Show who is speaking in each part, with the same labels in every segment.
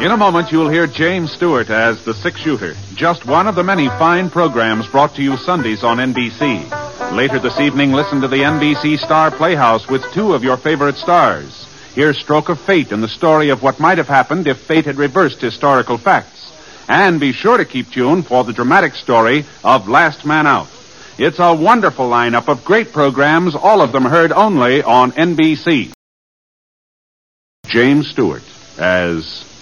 Speaker 1: In a moment, you'll hear James Stewart as The Six Shooter, just one of the many fine programs brought to you Sundays on NBC. Later this evening, listen to the NBC Star Playhouse with two of your favorite stars. Hear Stroke of Fate and the story of what might have happened if fate had reversed historical facts. And be sure to keep tuned for the dramatic story of Last Man Out. It's a wonderful lineup of great programs, all of them heard only on NBC. James Stewart as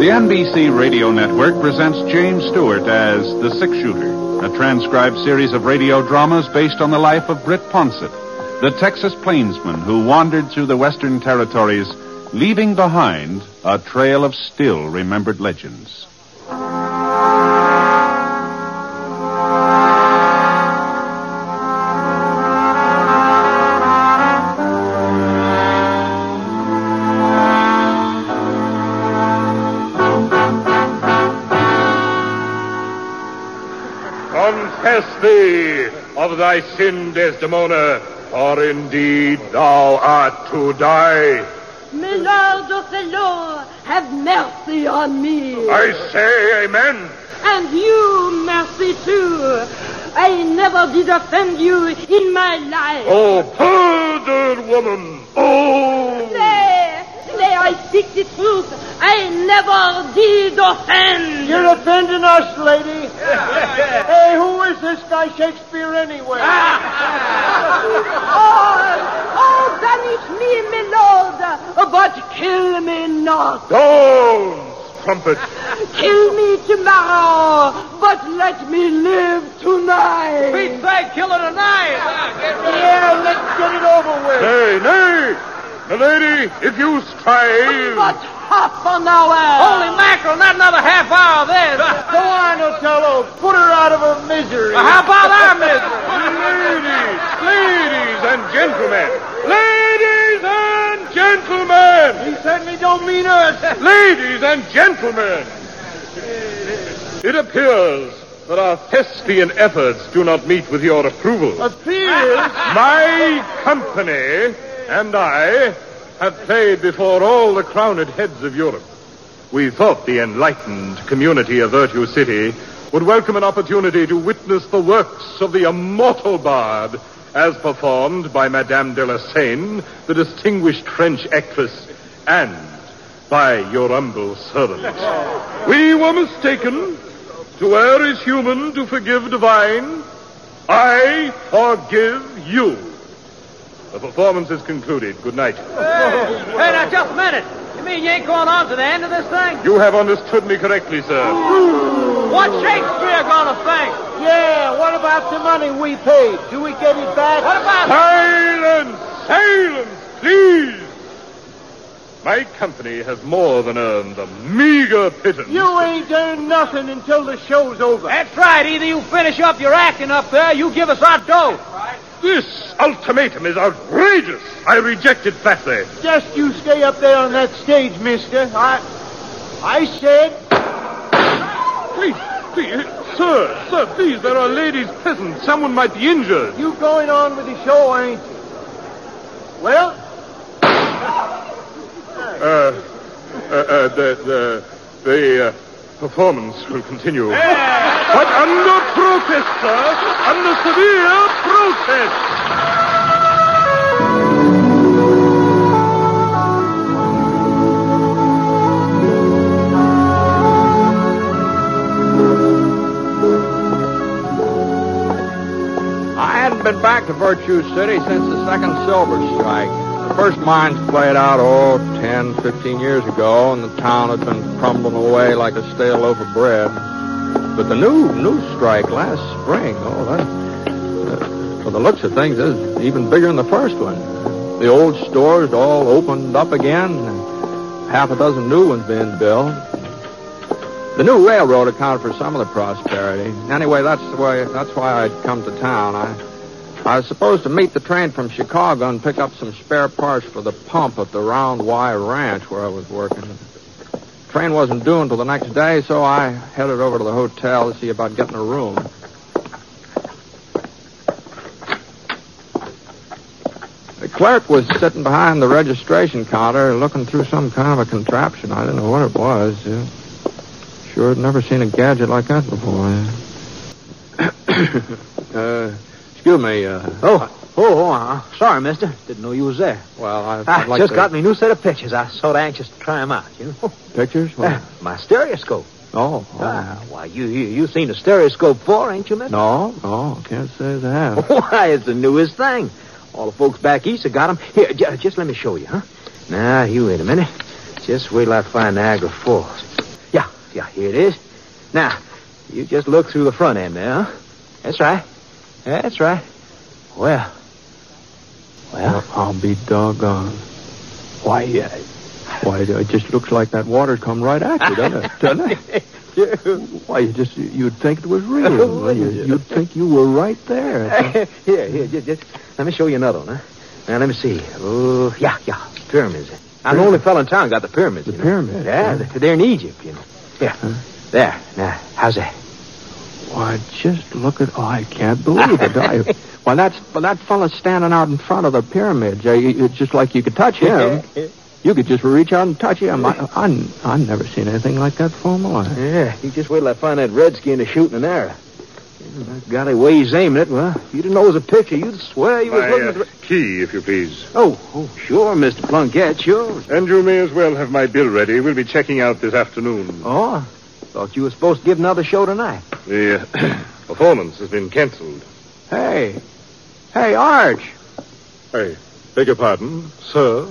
Speaker 1: The NBC Radio Network presents James Stewart as The Six Shooter, a transcribed series of radio dramas based on the life of Britt Ponsett, the Texas plainsman who wandered through the western territories, leaving behind a trail of still remembered legends.
Speaker 2: Confess thee of thy sin, Desdemona, or indeed thou art to die.
Speaker 3: My lord of the law, have mercy on me.
Speaker 2: I say amen.
Speaker 3: And you, mercy too. I never did offend you in my life.
Speaker 2: Oh, perjured woman. Oh.
Speaker 3: Nay, nay, I speak the truth. I never did offend.
Speaker 4: You're offending us, lady. hey, who is this guy Shakespeare anyway?
Speaker 3: oh, oh, banish me, my lord, but kill me not.
Speaker 2: Don't, trumpet.
Speaker 3: Kill me tomorrow, but let me live tonight.
Speaker 5: Beat back, kill her tonight.
Speaker 4: Yeah, let's get it over with.
Speaker 2: Nay, nay. My lady, if you strive.
Speaker 3: But half an hour.
Speaker 5: Holy mackerel, not another half hour then.
Speaker 4: Go on, Otello. Put her out of her misery.
Speaker 5: Well, how about our misery?
Speaker 2: ladies, ladies and gentlemen. Ladies and gentlemen.
Speaker 4: He certainly don't mean us.
Speaker 2: Ladies and gentlemen. It appears that our Thespian efforts do not meet with your approval.
Speaker 4: Appears?
Speaker 2: My company and I have played before all the crowned heads of Europe. We thought the enlightened community of Virtue City would welcome an opportunity to witness the works of the immortal bard as performed by Madame de la Seine, the distinguished French actress, and by your humble servant. We were mistaken. To err is human, to forgive divine. I forgive you. The performance is concluded. Good night.
Speaker 5: Hey, hey, now just a minute. You mean you ain't going on to the end of this thing?
Speaker 2: You have understood me correctly, sir.
Speaker 5: What's Shakespeare going to think?
Speaker 4: Yeah, what about the money we paid? Do we get it back?
Speaker 5: What about...
Speaker 2: Silence! Silence, please! My company has more than earned a meager pittance.
Speaker 4: You ain't earned nothing until the show's over.
Speaker 5: That's right. Either you finish up your acting up there, you give us our dough.
Speaker 2: This ultimatum is outrageous. I reject it flatly.
Speaker 4: Just you stay up there on that stage, mister. I. I said.
Speaker 2: Please, please, sir, sir, please, there are ladies present. Someone might be injured.
Speaker 4: You going on with the show, ain't you? Well.
Speaker 2: Uh, uh, uh the, the, the, uh, performance will continue. Yeah. But under protest, sir. Under severe protest.
Speaker 6: I hadn't been back to Virtue City since the second silver strike. The first mines played out, oh, 10, 15 years ago, and the town had been crumbling away like a stale loaf of bread. But the new new strike last spring, oh, that, uh, for the looks of things, is even bigger than the first one. The old stores all opened up again. half a dozen new ones being built. The new railroad accounted for some of the prosperity. Anyway, that's the way. That's why I'd come to town. I, I was supposed to meet the train from Chicago and pick up some spare parts for the pump at the Round Y Ranch where I was working. Train wasn't due until the next day, so I headed over to the hotel to see about getting a room. The clerk was sitting behind the registration counter looking through some kind of a contraption. I didn't know what it was. Yeah. Sure, had never seen a gadget like that before. yeah. uh, excuse me. Uh,
Speaker 5: Oh, oh, uh, sorry, mister. Didn't know you was there.
Speaker 6: well, I,
Speaker 5: I
Speaker 6: I'd like
Speaker 5: Ah, just
Speaker 6: to...
Speaker 5: got me new set of pictures. I was sort of anxious to try 'em out, you know.
Speaker 6: Pictures? What?
Speaker 5: My stereoscope.
Speaker 6: oh. oh.
Speaker 5: Ah, why, you, you, you've seen a stereoscope before, ain't you, mister?
Speaker 6: No, no, can't say that.
Speaker 5: Why, it's the newest thing. All the folks back east have got 'em. Here, j- uh, just let me show you, huh? Now, you wait a minute. Just wait till I find Niagara Falls. Yeah, yeah, here it is. Now, you just look through the front end there, huh? That's right. That's right. Well, well,
Speaker 6: I'll be doggone.
Speaker 5: why, uh,
Speaker 6: Why, it just looks like that water come right at you, doesn't it? Doesn't it? Why, you just, you'd think it was real. Why,
Speaker 5: uh,
Speaker 6: you- You'd think you were right there.
Speaker 5: here, here, just, just let me show you another one, huh? Now, let me see. Oh, yeah, yeah, pyramids. I'm the only fellow in town got the pyramids.
Speaker 6: The
Speaker 5: you know.
Speaker 6: pyramid,
Speaker 5: Yeah,
Speaker 6: huh?
Speaker 5: th- they're in Egypt, you know. Yeah, there. Now, how's that?
Speaker 6: Why, just look at... Oh, I can't believe it. I, why, that's, well, that fella standing out in front of the pyramid, Jay, you- it's just like you could touch him. You could just reach out and touch him. I, I, I've never seen anything like that before in my life.
Speaker 5: Yeah, you just wait till I find that redskin a shooting an arrow. Yeah, by golly, way he's aiming it. Well, if you didn't know it was a picture, you'd swear you was
Speaker 2: My
Speaker 5: looking
Speaker 2: uh,
Speaker 5: at the...
Speaker 2: key, if you please.
Speaker 5: Oh, oh, sure, Mr. Plunkett, sure.
Speaker 2: And you may as well have my bill ready. We'll be checking out this afternoon.
Speaker 5: Oh, I thought you were supposed to give another show tonight.
Speaker 2: The uh, performance has been cancelled.
Speaker 6: Hey. Hey, Arch.
Speaker 2: I beg your pardon, sir.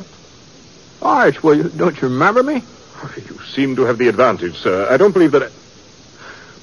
Speaker 6: Arch, well, you, don't you remember me?
Speaker 2: You seem to have the advantage, sir. I don't believe that. I...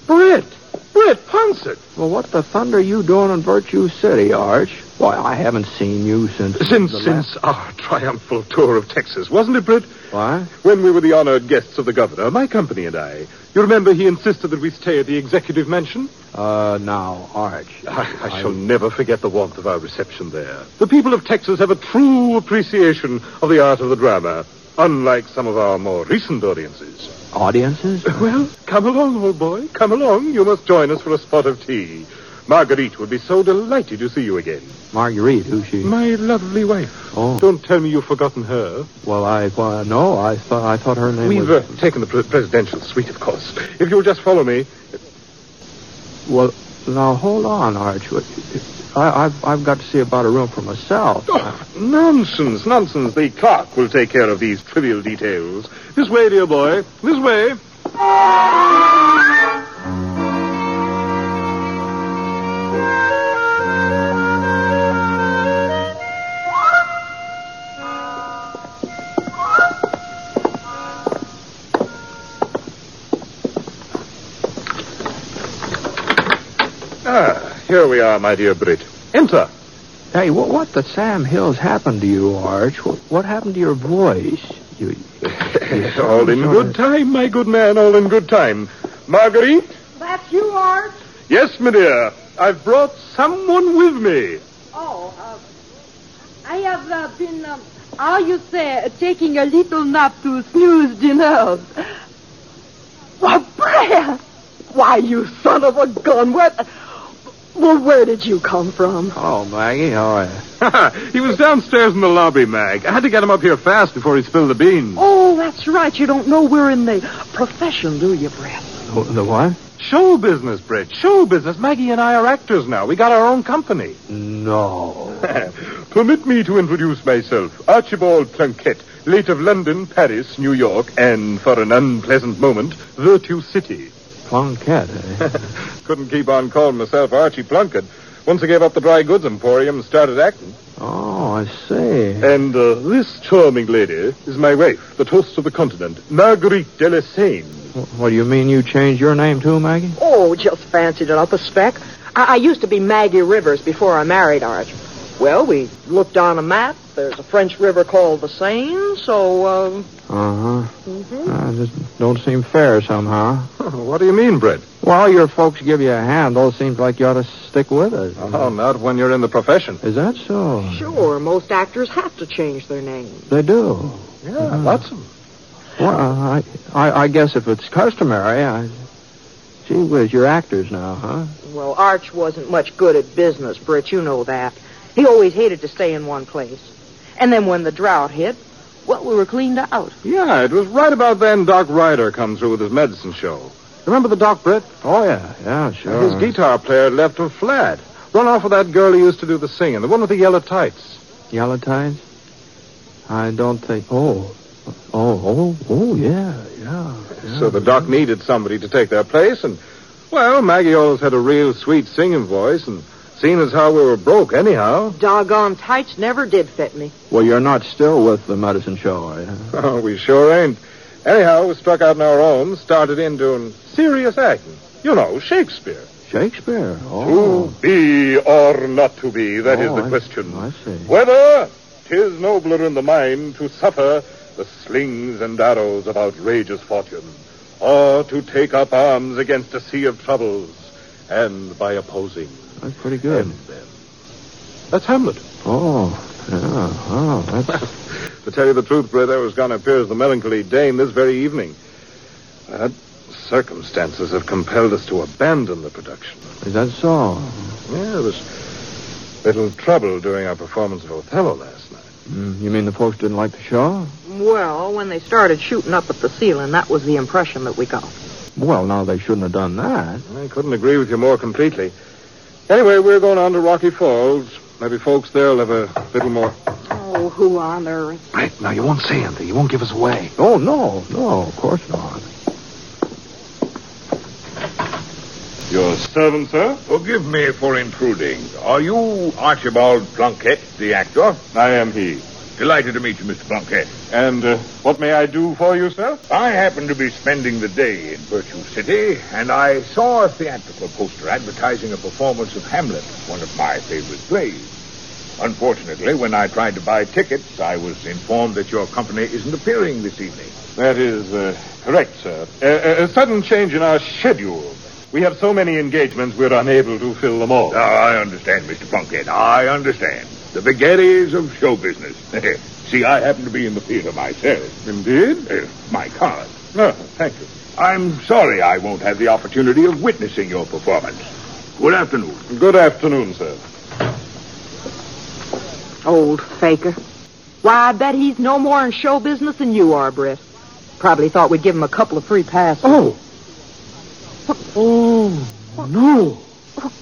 Speaker 2: Britt! Britt Ponsett!
Speaker 6: Well, what the thunder are you doing in Virtue City, Arch? Why, I haven't seen you since...
Speaker 2: Since
Speaker 6: the last-
Speaker 2: since our triumphal tour of Texas, wasn't it, Britt?
Speaker 6: Why?
Speaker 2: When we were the honored guests of the governor, my company and I. You remember he insisted that we stay at the executive mansion?
Speaker 6: Uh, now, Arch.
Speaker 2: I, I shall never forget the warmth of our reception there. The people of Texas have a true appreciation of the art of the drama, unlike some of our more recent audiences.
Speaker 6: Audiences?
Speaker 2: Well, come along, old boy. Come along. You must join us for a spot of tea. Marguerite would be so delighted to see you again.
Speaker 6: Marguerite, who's she?
Speaker 2: My lovely wife.
Speaker 6: Oh.
Speaker 2: Don't tell me you've forgotten her.
Speaker 6: Well, I... Well, no, I thought, I thought her name
Speaker 2: We've
Speaker 6: was...
Speaker 2: uh, taken the pre- presidential suite, of course. If you'll just follow me.
Speaker 6: Well, now, hold on, Arch. What- I, I've, I've got to see about a room for myself.
Speaker 2: Oh, nonsense, nonsense. The clerk will take care of these trivial details. This way, dear boy. This way. Ah, here we are, my dear Brit. Enter.
Speaker 6: Hey, what, what the Sam Hills happened to you, Arch? What, what happened to your voice? You,
Speaker 2: all in good time, my good man, all in good time. Marguerite?
Speaker 3: That's you, Art?
Speaker 2: Yes, my dear. I've brought someone with me.
Speaker 3: Oh, uh, I have uh, been, um, how you say, uh, taking a little nap to snooze the nerves. Why, Brad! Why, you son of a gun! What? Well, where did you come from?
Speaker 6: Oh, Maggie, how are you?
Speaker 2: he was downstairs in the lobby, Mag. I had to get him up here fast before he spilled the beans.
Speaker 3: Oh, that's right. You don't know we're in the profession, do you, Brad?
Speaker 6: The, the what?
Speaker 2: Show business, Brit. Show business. Maggie and I are actors now. We got our own company.
Speaker 6: No.
Speaker 2: Permit me to introduce myself. Archibald Plunkett, late of London, Paris, New York, and, for an unpleasant moment, Virtue City.
Speaker 6: Plunkett, eh?
Speaker 2: Couldn't keep on calling myself Archie Plunkett. Once I gave up the dry goods emporium and started acting.
Speaker 6: Oh, I see.
Speaker 2: And uh, this charming lady is my wife, the toast of the continent, Marguerite de la Seine.
Speaker 6: What do you mean you changed your name too, Maggie?
Speaker 7: Oh, just fancied it up a speck. I, I used to be Maggie Rivers before I married Arch. Well, we looked on a map. There's a French river called the Seine, so, um,
Speaker 6: Uh huh. Uh, just don't seem fair somehow.
Speaker 2: Oh, What do you mean, Brett?
Speaker 6: Well, your folks give you a handle. Seems like you ought to stick with it.
Speaker 2: Oh, not when you're in the profession.
Speaker 6: Is that so?
Speaker 7: sure, most actors have to change their name.
Speaker 6: They do.
Speaker 2: Yeah, lots of them.
Speaker 6: Well, I, I, I guess if it's customary, I. Gee whiz, you're actors now, huh?
Speaker 7: Well, Arch wasn't much good at business, Britt. You know that. He always hated to stay in one place. And then when the drought hit, well, we were cleaned out.
Speaker 2: Yeah, it was right about then Doc Ryder come through with his medicine show. Remember the Doc, Brett?
Speaker 6: Oh, yeah, yeah, sure.
Speaker 2: His guitar player left him flat. Run off with that girl who used to do the singing, the one with the yellow tights.
Speaker 6: Yellow tides? I don't think. Oh. Oh, oh, oh, yeah, yeah.
Speaker 2: So the Doc needed somebody to take their place, and, well, Maggie always had a real sweet singing voice, and seeing as how we were broke anyhow,
Speaker 7: Doggone tights never did fit me.
Speaker 6: Well, you're not still with the medicine show, are you?
Speaker 2: oh, we sure ain't. Anyhow, we struck out on our own, started in doing serious acting. You know, Shakespeare.
Speaker 6: Shakespeare.
Speaker 2: To
Speaker 6: Oh.
Speaker 2: be or not to be, that is
Speaker 6: Oh,
Speaker 2: the
Speaker 6: I-
Speaker 2: question.
Speaker 6: I see.
Speaker 2: Whether 'tis nobler in the mind to suffer the slings and arrows of outrageous fortune, or to take up arms against a sea of troubles, and by opposing
Speaker 6: That's pretty good.
Speaker 2: end them. That's Hamlet.
Speaker 6: Oh. Yeah. Oh, that's.
Speaker 2: To tell you the truth, Brett, I was going to appear as the melancholy Dane this very evening. But circumstances have compelled us to abandon the production.
Speaker 6: Is that so?
Speaker 2: Yeah, there was little trouble during our performance of Othello last night.
Speaker 6: Mm, you mean the folks didn't like the show?
Speaker 7: Well, when they started shooting up at the ceiling, that was the impression that we got.
Speaker 6: Well, now they shouldn't have done that.
Speaker 2: I couldn't agree with you more completely. Anyway, we're going on to Rocky Falls. Maybe folks there'll have a little more.
Speaker 3: Oh, who on earth?
Speaker 2: Right, now you won't say anything. You won't give us away.
Speaker 6: Oh, no, no, of course not.
Speaker 2: Your servant, sir?
Speaker 8: Forgive me for intruding. Are you Archibald Plunkett, the actor?
Speaker 2: I am he.
Speaker 8: Delighted to meet you, Mr. Plunkett.
Speaker 2: And uh, what may I do for you, sir?
Speaker 8: I happened to be spending the day in Virtue City, and I saw a theatrical poster advertising a performance of Hamlet, one of my favorite plays. Unfortunately, when I tried to buy tickets, I was informed that your company isn't appearing this evening.
Speaker 2: That is uh, correct, sir. A, a- a sudden change in our schedule. We have so many engagements, we're unable to fill them all.
Speaker 8: Oh, I understand, Mr. Plunkett. I understand. The vagaries of show business. See, I happen to be in the theater myself.
Speaker 2: Indeed?
Speaker 8: Uh, my card.
Speaker 2: No, thank you.
Speaker 8: I'm sorry I won't have the opportunity of witnessing your performance. Good afternoon.
Speaker 2: Good afternoon, sir.
Speaker 7: Old faker. Why, I bet he's no more in show business than you are, Britt. Probably thought we'd give him a couple of free passes.
Speaker 6: Oh. Oh, no.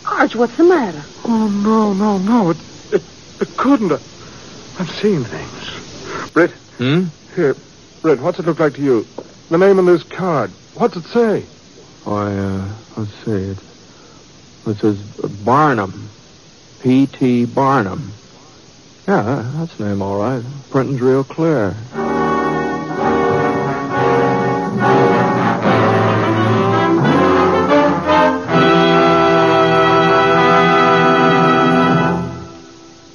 Speaker 3: Arch, what's the matter?
Speaker 6: Oh, no, no, no. It, it, it couldn't. I'm seeing things.
Speaker 2: Brett.
Speaker 6: Hmm?
Speaker 2: Here, Brett, what's it look like to you? The name on this card. What's it say?
Speaker 6: I, uh, let's see. It, it says Barnum. P.T. Barnum. Yeah, that- that's the name, all right. Printing's real clear.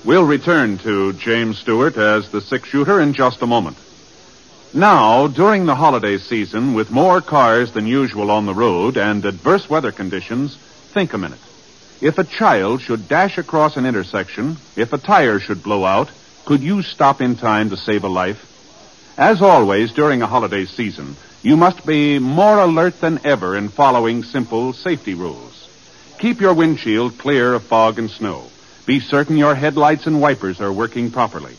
Speaker 1: We'll return to James Stewart as the six shooter in just a moment. Now, during the holiday season, with more cars than usual on the road and adverse weather conditions, think a minute. If a child should dash across an intersection, if a tire should blow out, could you stop in time to save a life? As always, during a holiday season, you must be more alert than ever in following simple safety rules. Keep your windshield clear of fog and snow. Be certain your headlights and wipers are working properly.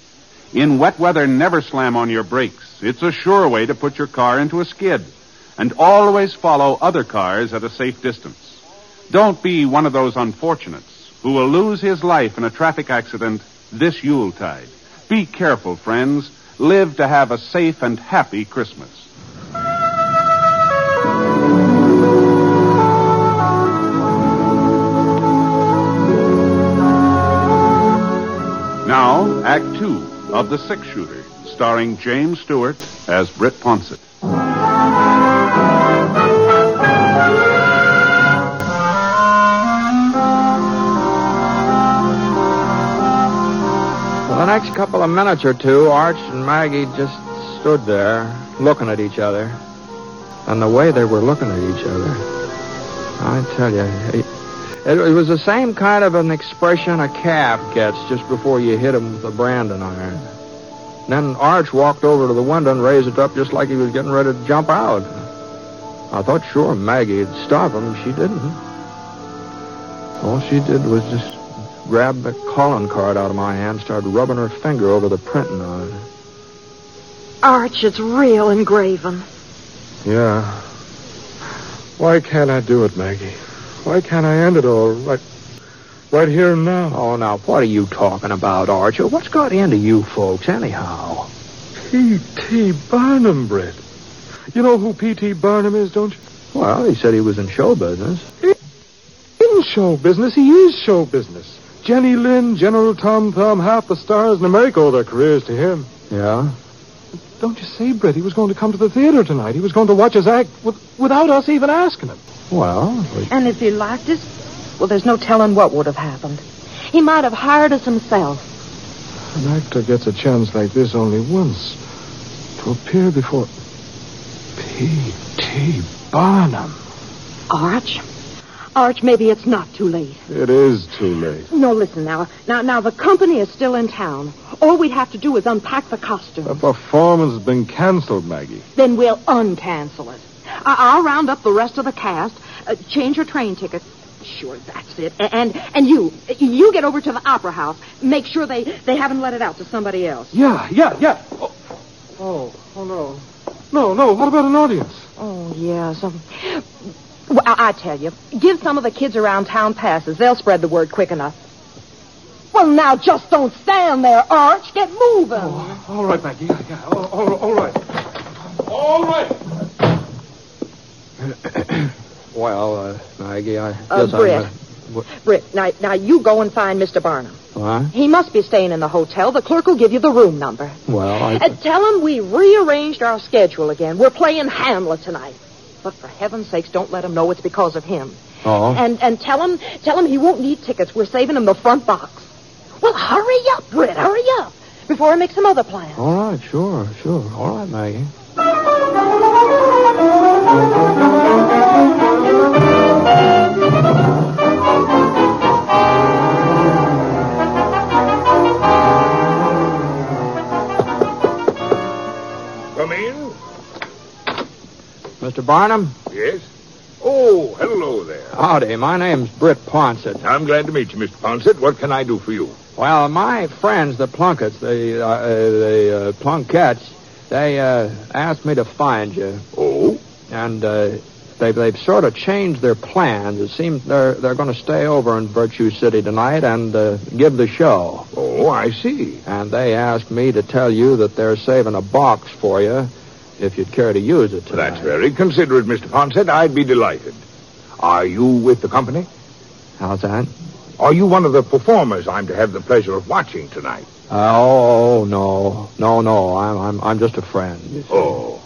Speaker 1: In wet weather, never slam on your brakes. It's a sure way to put your car into a skid. And always follow other cars at a safe distance. Don't be one of those unfortunates who will lose his life in a traffic accident this Yuletide. Be careful, friends. Live to have a safe and happy Christmas. Now, Act Two of The Six Shooter, starring James Stewart as Britt Ponsett.
Speaker 6: next couple of minutes or two, Arch and Maggie just stood there, looking at each other. And the way they were looking at each other, I tell you, it, it was the same kind of an expression a calf gets just before you hit him with a branding iron. Then Arch walked over to the window and raised it up just like he was getting ready to jump out. I thought sure Maggie'd stop him. She didn't. All she did was just grabbed the calling card out of my hand, started rubbing her finger over the printing on it.
Speaker 7: Arch, it's real engraving.
Speaker 6: Yeah. Why can't I do it, Maggie? Why can't I end it all right, right here and now?
Speaker 5: Oh, now, what are you talking about, Archer? What's got into you folks, anyhow?
Speaker 6: P.T. Barnum, Brett. You know who P.T. Barnum is, don't you?
Speaker 5: Well, he said he was in show business.
Speaker 6: In show business, he is show business.
Speaker 2: Jenny Lynn, General Tom Thumb, half the stars in America owe their careers to him.
Speaker 6: Yeah?
Speaker 2: Don't you see, Brett? He was going to come to the theater tonight. He was going to watch us act with, without us even asking him.
Speaker 6: Well,
Speaker 7: Oh, And if he liked us, well, there's no telling what would have happened. He might have hired us himself.
Speaker 2: An actor gets a chance like this only once to appear before P.T. Barnum.
Speaker 7: Arch? Arch, maybe it's not too late.
Speaker 2: It is too late.
Speaker 7: No, listen now. Now, now the company is still in town. All we'd have to do is unpack the costume.
Speaker 2: The performance has been canceled, Maggie.
Speaker 7: Then we'll uncancel it. I- I'll round up the rest of the cast, uh, change your train ticket. Sure, that's it. A- And and you, you get over to the opera house. Make sure they they haven't let it out to somebody else.
Speaker 2: Yeah, yeah, yeah. Oh, oh, oh, no. No, no. What about an audience?
Speaker 7: Oh yes. Um, well, I-, I tell you, give some of the kids around town passes. They'll spread the word quick enough. Well, now just don't stand there, Arch. Get moving.
Speaker 2: All right, Maggie. Yeah, yeah. All, all, all right. All right.
Speaker 6: well, uh, Maggie, I guess
Speaker 7: Uh,
Speaker 6: I'm...
Speaker 7: Brett.
Speaker 6: uh,
Speaker 7: Britt, now now you go and find Mr. Barnum.
Speaker 6: What?
Speaker 7: He must be staying in the hotel. The clerk will give you the room number.
Speaker 6: Well, I...
Speaker 7: Uh, tell him we rearranged our schedule again. We're playing Hamlet tonight. But for heaven's sakes, don't let him know it's because of him.
Speaker 6: Oh.
Speaker 7: And and tell him tell him he won't need tickets. We're saving him the front box. Well, hurry up, Britt. Hurry up before I make some other plan.
Speaker 6: All right, sure, sure. All right, Maggie.
Speaker 8: Come in?
Speaker 6: Mr. Barnum?
Speaker 8: Yes? Oh, hello there.
Speaker 6: Howdy, my name's Britt Ponsett.
Speaker 8: I'm glad to meet you, Mr. Ponsett. What can I do for you?
Speaker 6: Well, my friends, the Plunkets, the, uh, uh, the uh, Plunkets, they uh, asked me to find you.
Speaker 8: Oh?
Speaker 6: And uh, they've, they've sort of changed their plans. It seems they're, they're going to stay over in Virtue City tonight and uh, give the show.
Speaker 8: Oh, I see.
Speaker 6: And they asked me to tell you that they're saving a box for you if you'd care to use it tonight.
Speaker 8: That's very considerate, Mr. Ponsett. I'd be delighted. Are you with the company?
Speaker 6: How's that?
Speaker 8: Are you one of the performers I'm to have the pleasure of watching tonight?
Speaker 6: Uh, oh, oh, no. No, no. I'm, I'm, I'm just a friend. you see.
Speaker 8: Oh.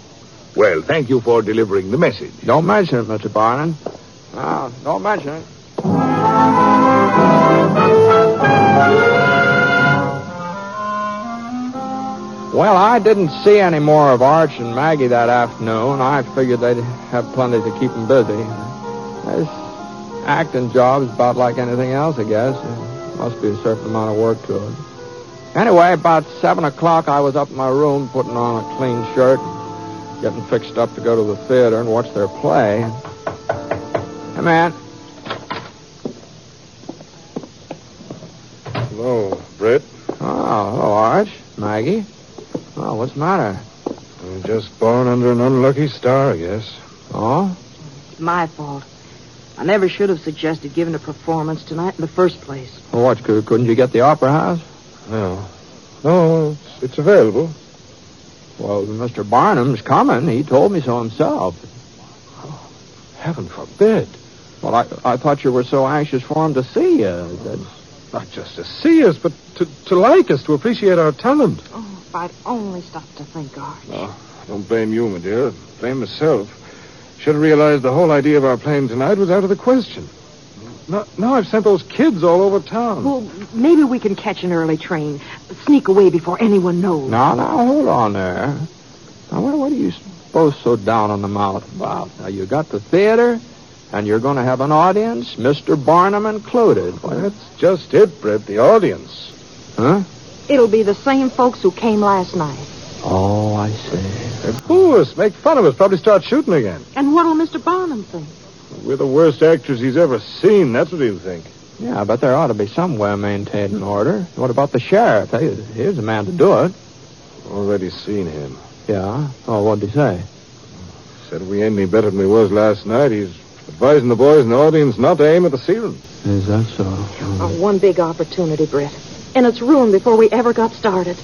Speaker 8: Well, thank you for delivering the message.
Speaker 6: Don't mention it, Mr. Barnum. No, don't mention it. Well, I didn't see any more of Arch and Maggie that afternoon. I figured they'd have plenty to keep them busy. This acting job's about like anything else, I guess. There must be a certain amount of work to it. Anyway, about 7 o'clock, I was up in my room putting on a clean shirt getting fixed up to go to the theater and watch their play. Hey, man.
Speaker 2: Hello, Brett.
Speaker 6: Oh, hello, Arch. Maggie. Oh, what's the matter?
Speaker 2: I'm just born under an unlucky star, I guess.
Speaker 6: Oh?
Speaker 7: It's my fault. I never should have suggested giving a performance tonight in the first place.
Speaker 6: Well, what, cou- couldn't you get the opera house?
Speaker 2: No. No, it's, it's available.
Speaker 6: Well, Mr. Barnum's coming. He told me so himself.
Speaker 2: Heaven forbid.
Speaker 6: Well, I, I thought you were so anxious for him to see you. That's-
Speaker 2: Not just to see us, but to, to like us, to appreciate our talent.
Speaker 7: Oh, if I'd only stopped to think, Arch.
Speaker 2: Don't blame you, my dear. Blame myself. Should have realized the whole idea of our playing tonight was out of the question.
Speaker 6: No, now I've sent those kids all over town.
Speaker 7: Well, maybe we can catch an early train. Sneak away before anyone knows.
Speaker 6: Now, now, hold on there. Now, what, what are you both so down on the mouth about? Now, you got the theater, and you're going to have an audience, Mr. Barnum included.
Speaker 9: Well, that's just it, Brett, the audience.
Speaker 6: Huh?
Speaker 7: It'll be the same folks who came last night.
Speaker 6: Oh, I see.
Speaker 9: They're fools. Make fun of us. Probably start shooting again.
Speaker 7: And what'll Mr. Barnum think?
Speaker 9: We're the worst actors he's ever seen. That's what he'll think.
Speaker 6: Yeah, but there ought to be somewhere maintaining order. What about the sheriff? Hey, here's a man to do it.
Speaker 9: Already seen him.
Speaker 6: Yeah? Oh, what'd he say?
Speaker 9: Said we ain't any better than we was last night. He's advising the boys in the audience not to aim at the ceiling.
Speaker 6: Is that so?
Speaker 7: Oh, one big opportunity, Britt. And it's ruined before we ever got started.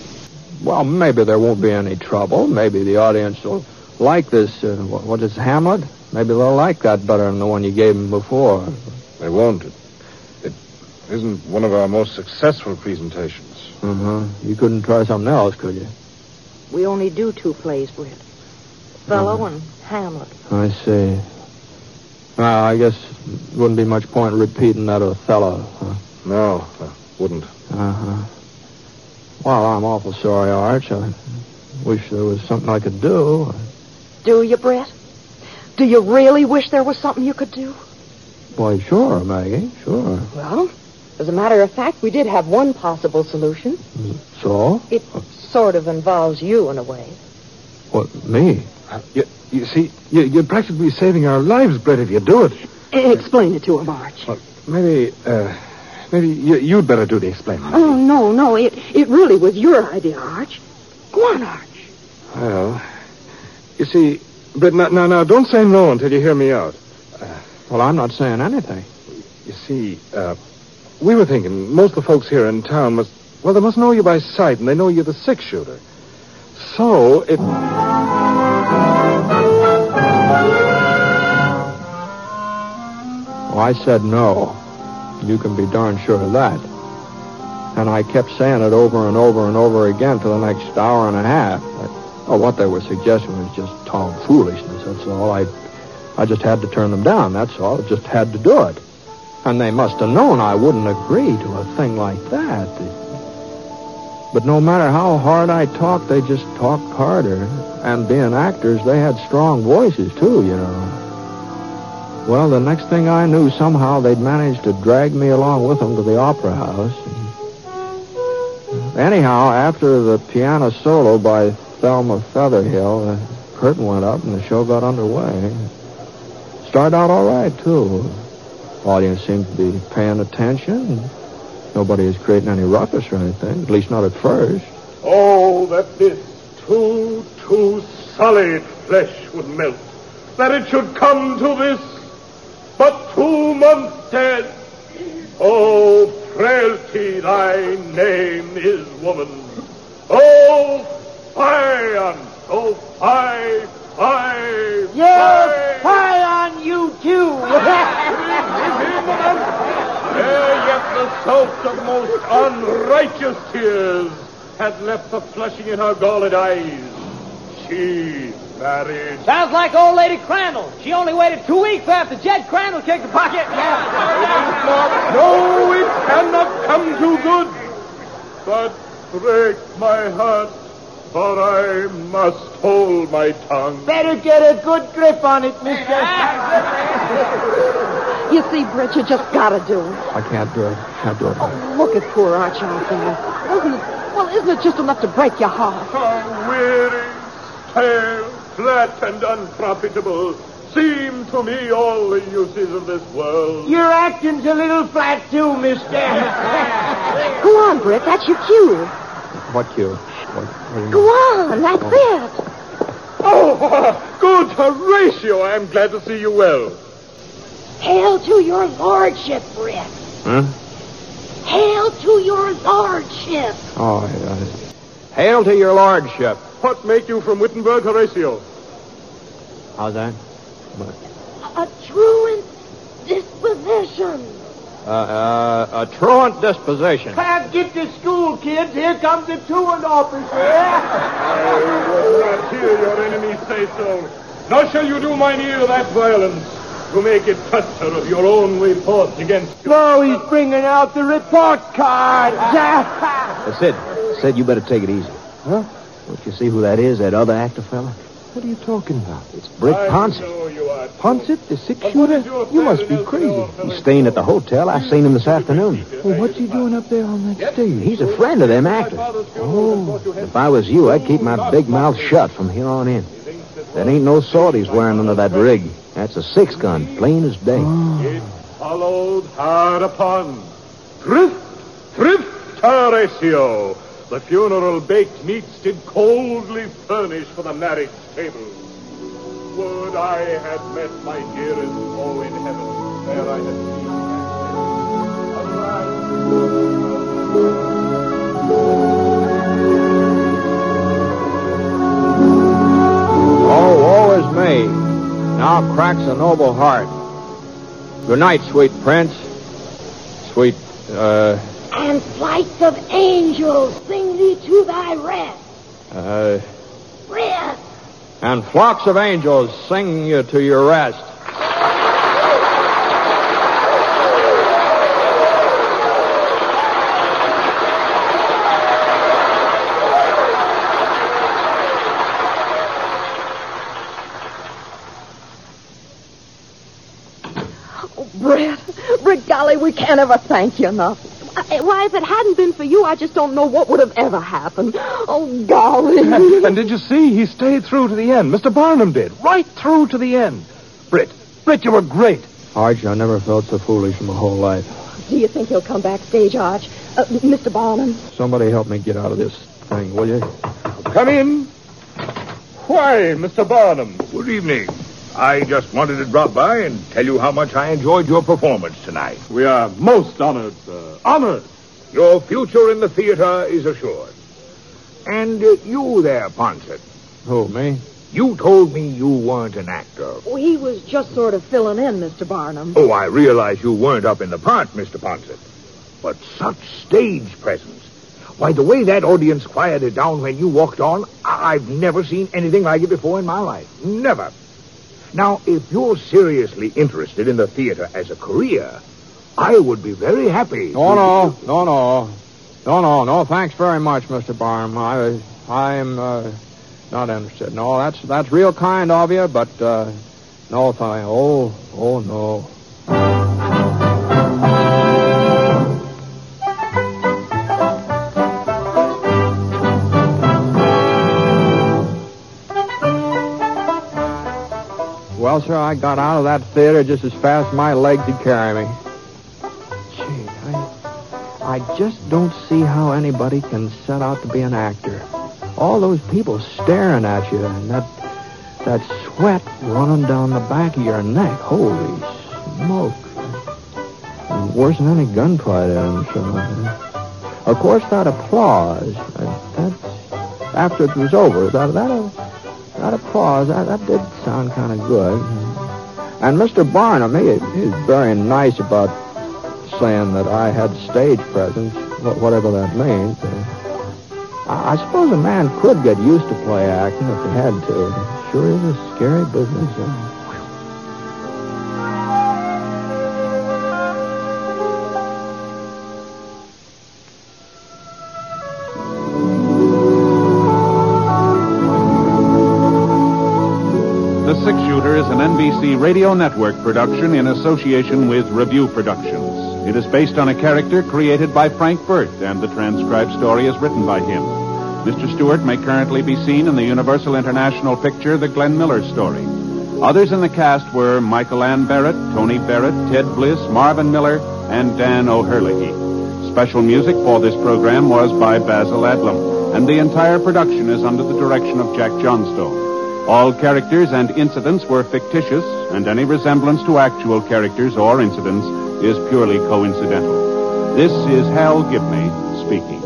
Speaker 6: Well, maybe there won't be any trouble. Maybe the audience will like this. Uh, what, what is Hamlet? Maybe they'll like that better than the one you gave them before.
Speaker 9: They won't. It, it isn't one of our most successful presentations.
Speaker 6: Uh-huh. You couldn't try something else, could you?
Speaker 7: We only do two plays, Britt. Fellow Oh, and Hamlet.
Speaker 6: Mm-hmm. I see. Well, I guess it wouldn't be much point repeating that Othello. Huh?
Speaker 9: No, I wouldn't.
Speaker 6: Uh-huh. Well, I'm awful sorry, Arch. I wish there was something I could do.
Speaker 7: Do you, Brett? Do you really wish there was something you could do?
Speaker 6: Why, sure, Maggie, sure.
Speaker 7: Well, as a matter of fact, we did have one possible solution.
Speaker 6: So?
Speaker 7: It sort of involves you in a way.
Speaker 6: What, me?
Speaker 9: You, you see, you, you're practically saving our lives, Brett, if you do it.
Speaker 7: E, Explain it to him, Arch.
Speaker 9: Well, maybe, uh, maybe you, you'd better do the explaining.
Speaker 7: Oh, no, no. It, it really was your idea, Arch. Go on, Arch.
Speaker 9: Well, you see, Brett, now, now, now, don't say no until you hear me out.
Speaker 6: Well, I'm not saying anything.
Speaker 9: You see, uh, we were thinking most of the folks here in town must, well, they must know you by sight, and they know you're the six shooter. So it.
Speaker 6: Well, I said no. You can be darn sure of that. And I kept saying it over and over and over again for the next hour and a half. I, oh, what they were suggesting was just tom foolishness. That's all. I, I just had to turn them down. That's all. I just had to do it. And they must have known I wouldn't agree to a thing like that. But no matter how hard I talked, they just talked harder. And being actors, they had strong voices too, you know. Well, the next thing I knew, somehow they'd managed to drag me along with them to the opera house. Anyhow, after the piano solo by Thelma Featherhill, the curtain went up and the show got underway. Started out all right, too. Audience seemed to be paying attention. Nobody was creating any ruckus or anything, at least not at first.
Speaker 9: Oh, that this too, too solid flesh would melt. That it should come to this, but two months dead. Oh, frailty, thy name is woman. Oh, fie on, oh, fie, fie,
Speaker 3: Yes, pie on you, too.
Speaker 9: Ere yet the soap of most unrighteous tears had left the flushing in her galled eyes. She married.
Speaker 3: Sounds like old lady Crandall. She only waited two weeks after Jed Crandall kicked the bucket.
Speaker 9: No, it cannot come to good. But break my heart, for I must hold my tongue.
Speaker 3: Better get a good grip on it, mister.
Speaker 7: You see, Britt, you just gotta do it.
Speaker 6: I can't do it. Can't do it.
Speaker 7: Look at poor Arch out there. Isn't it, well, isn't it just enough to break your heart?
Speaker 9: A weary, stale, flat, and unprofitable seem to me all the uses of this world.
Speaker 3: Your acting's a little flat, too, mister.
Speaker 7: Go on, Britt. That's your cue.
Speaker 6: What you? What, what do you
Speaker 7: Go on. That's it.
Speaker 9: Oh, good Horatio, I'm glad to see you well.
Speaker 5: Hail to your lordship, Britt.
Speaker 6: Huh?
Speaker 5: Hail to your lordship.
Speaker 6: Oh, yeah. Hail to your lordship.
Speaker 9: What make you from Wittenberg, Horatio?
Speaker 6: How's that? What?
Speaker 5: A truant disposition.
Speaker 6: Uh, uh, a truant disposition.
Speaker 3: Pab, get to school, kids. Here comes the truant officer.
Speaker 9: I will not hear your enemy say so. Nor shall you do mine ear that violence. to make it faster of your own report against
Speaker 10: No, he's bringing out the report card.
Speaker 11: Uh, Sid, Sid, you better take it easy. Huh? Don't you see who that is, that other actor fella?
Speaker 6: What are you talking about?
Speaker 11: It's Brick Ponson.
Speaker 6: Ponset, the six shooter? You must be crazy.
Speaker 11: He's staying at the hotel. I seen him this afternoon.
Speaker 6: Well, what's he doing up there on that stage?
Speaker 11: He's a friend of them actors.
Speaker 6: Oh,
Speaker 11: If I was you, I'd keep my big mouth shut from here on in. That ain't no sword he's wearing under that rig. That's a six gun, plain as day.
Speaker 9: followed hard upon. Thrift, thrift, Horatio. The funeral baked meats did coldly furnish for the marriage table. Would I had met my dearest foe in heaven, there I had seen.
Speaker 5: Oh, woe is me. Now cracks a noble heart. Good night, sweet prince. Sweet, uh,
Speaker 3: And flights of angels sing thee to thy rest.
Speaker 5: uh,
Speaker 3: Rest.
Speaker 5: and flocks of angels sing you to your rest.
Speaker 7: Oh, Brett, Brett, golly, we can't ever thank you enough. I- Uh, Why, if it hadn't been for you, I just don't know what would have ever happened. Oh, golly.
Speaker 6: and did you see? He stayed through to the end. Mr. Barnum did. Right through to the end. Britt, Britt, you were great.
Speaker 5: Arch, I never felt so foolish in my whole life.
Speaker 7: Do you think he'll come backstage, Arch? Uh, Mr. Barnum?
Speaker 5: Somebody help me get out of this thing, will you?
Speaker 9: Come in. Why, Mr. Barnum?
Speaker 2: Good evening. I just wanted to drop by and tell you how much I enjoyed your performance tonight.
Speaker 9: We are most honored, sir. Honored.
Speaker 2: Your future in the theater is assured. And uh, you there, Ponset,
Speaker 5: Who, me?
Speaker 2: you told me you weren't an actor.
Speaker 7: He was just sort of filling in, Mr. Barnum.
Speaker 2: Oh, I realize you weren't up in the part, Mr. Ponset. But such stage presence. Why, the way that audience quieted down when you walked on, I- I've never seen anything like it before in my life. Never. Now, if you're seriously interested in the theater as a career, I would be very happy.
Speaker 5: No, no, no, no, no, no, no. Thanks very much, Mister Barnum. I, I'm uh, not interested. No, that's that's real kind of you, but uh, no, thank. Oh, oh, no. Well, sir, I got out of that theater just as fast as my leg could carry me. Gee, I, I just don't see how anybody can set out to be an actor. All those people staring at you and that that sweat running down the back of your neck. Holy smoke. And worse than any gunfighter, I'm sure. Of course, that applause. that- That's after it was over. That that, that applause. That, that did sound kind of good. And Mr. Barnum, he, he's very nice about saying that I had stage presence, wh- whatever that means. Uh, I I suppose a man could get used to play acting if he had to. It Sure is a scary business. uh.
Speaker 1: The Six Shooter is an NBC Radio Network production in association with Review Productions. It is based on a character created by Frank Burt, and the transcribed story is written by him. Mr. Stewart may currently be seen in the Universal International picture The Glenn Miller Story. Others in the cast were Michael Ann Barrett, Tony Barrett, Ted Bliss, Marvin Miller, and Dan O'Herlihy. Special music for this program was by Basil Adlam, and the entire production is under the direction of Jack Johnstone. All characters and incidents were fictitious, and any resemblance to actual characters or incidents is purely coincidental. This is Hal Gibney speaking.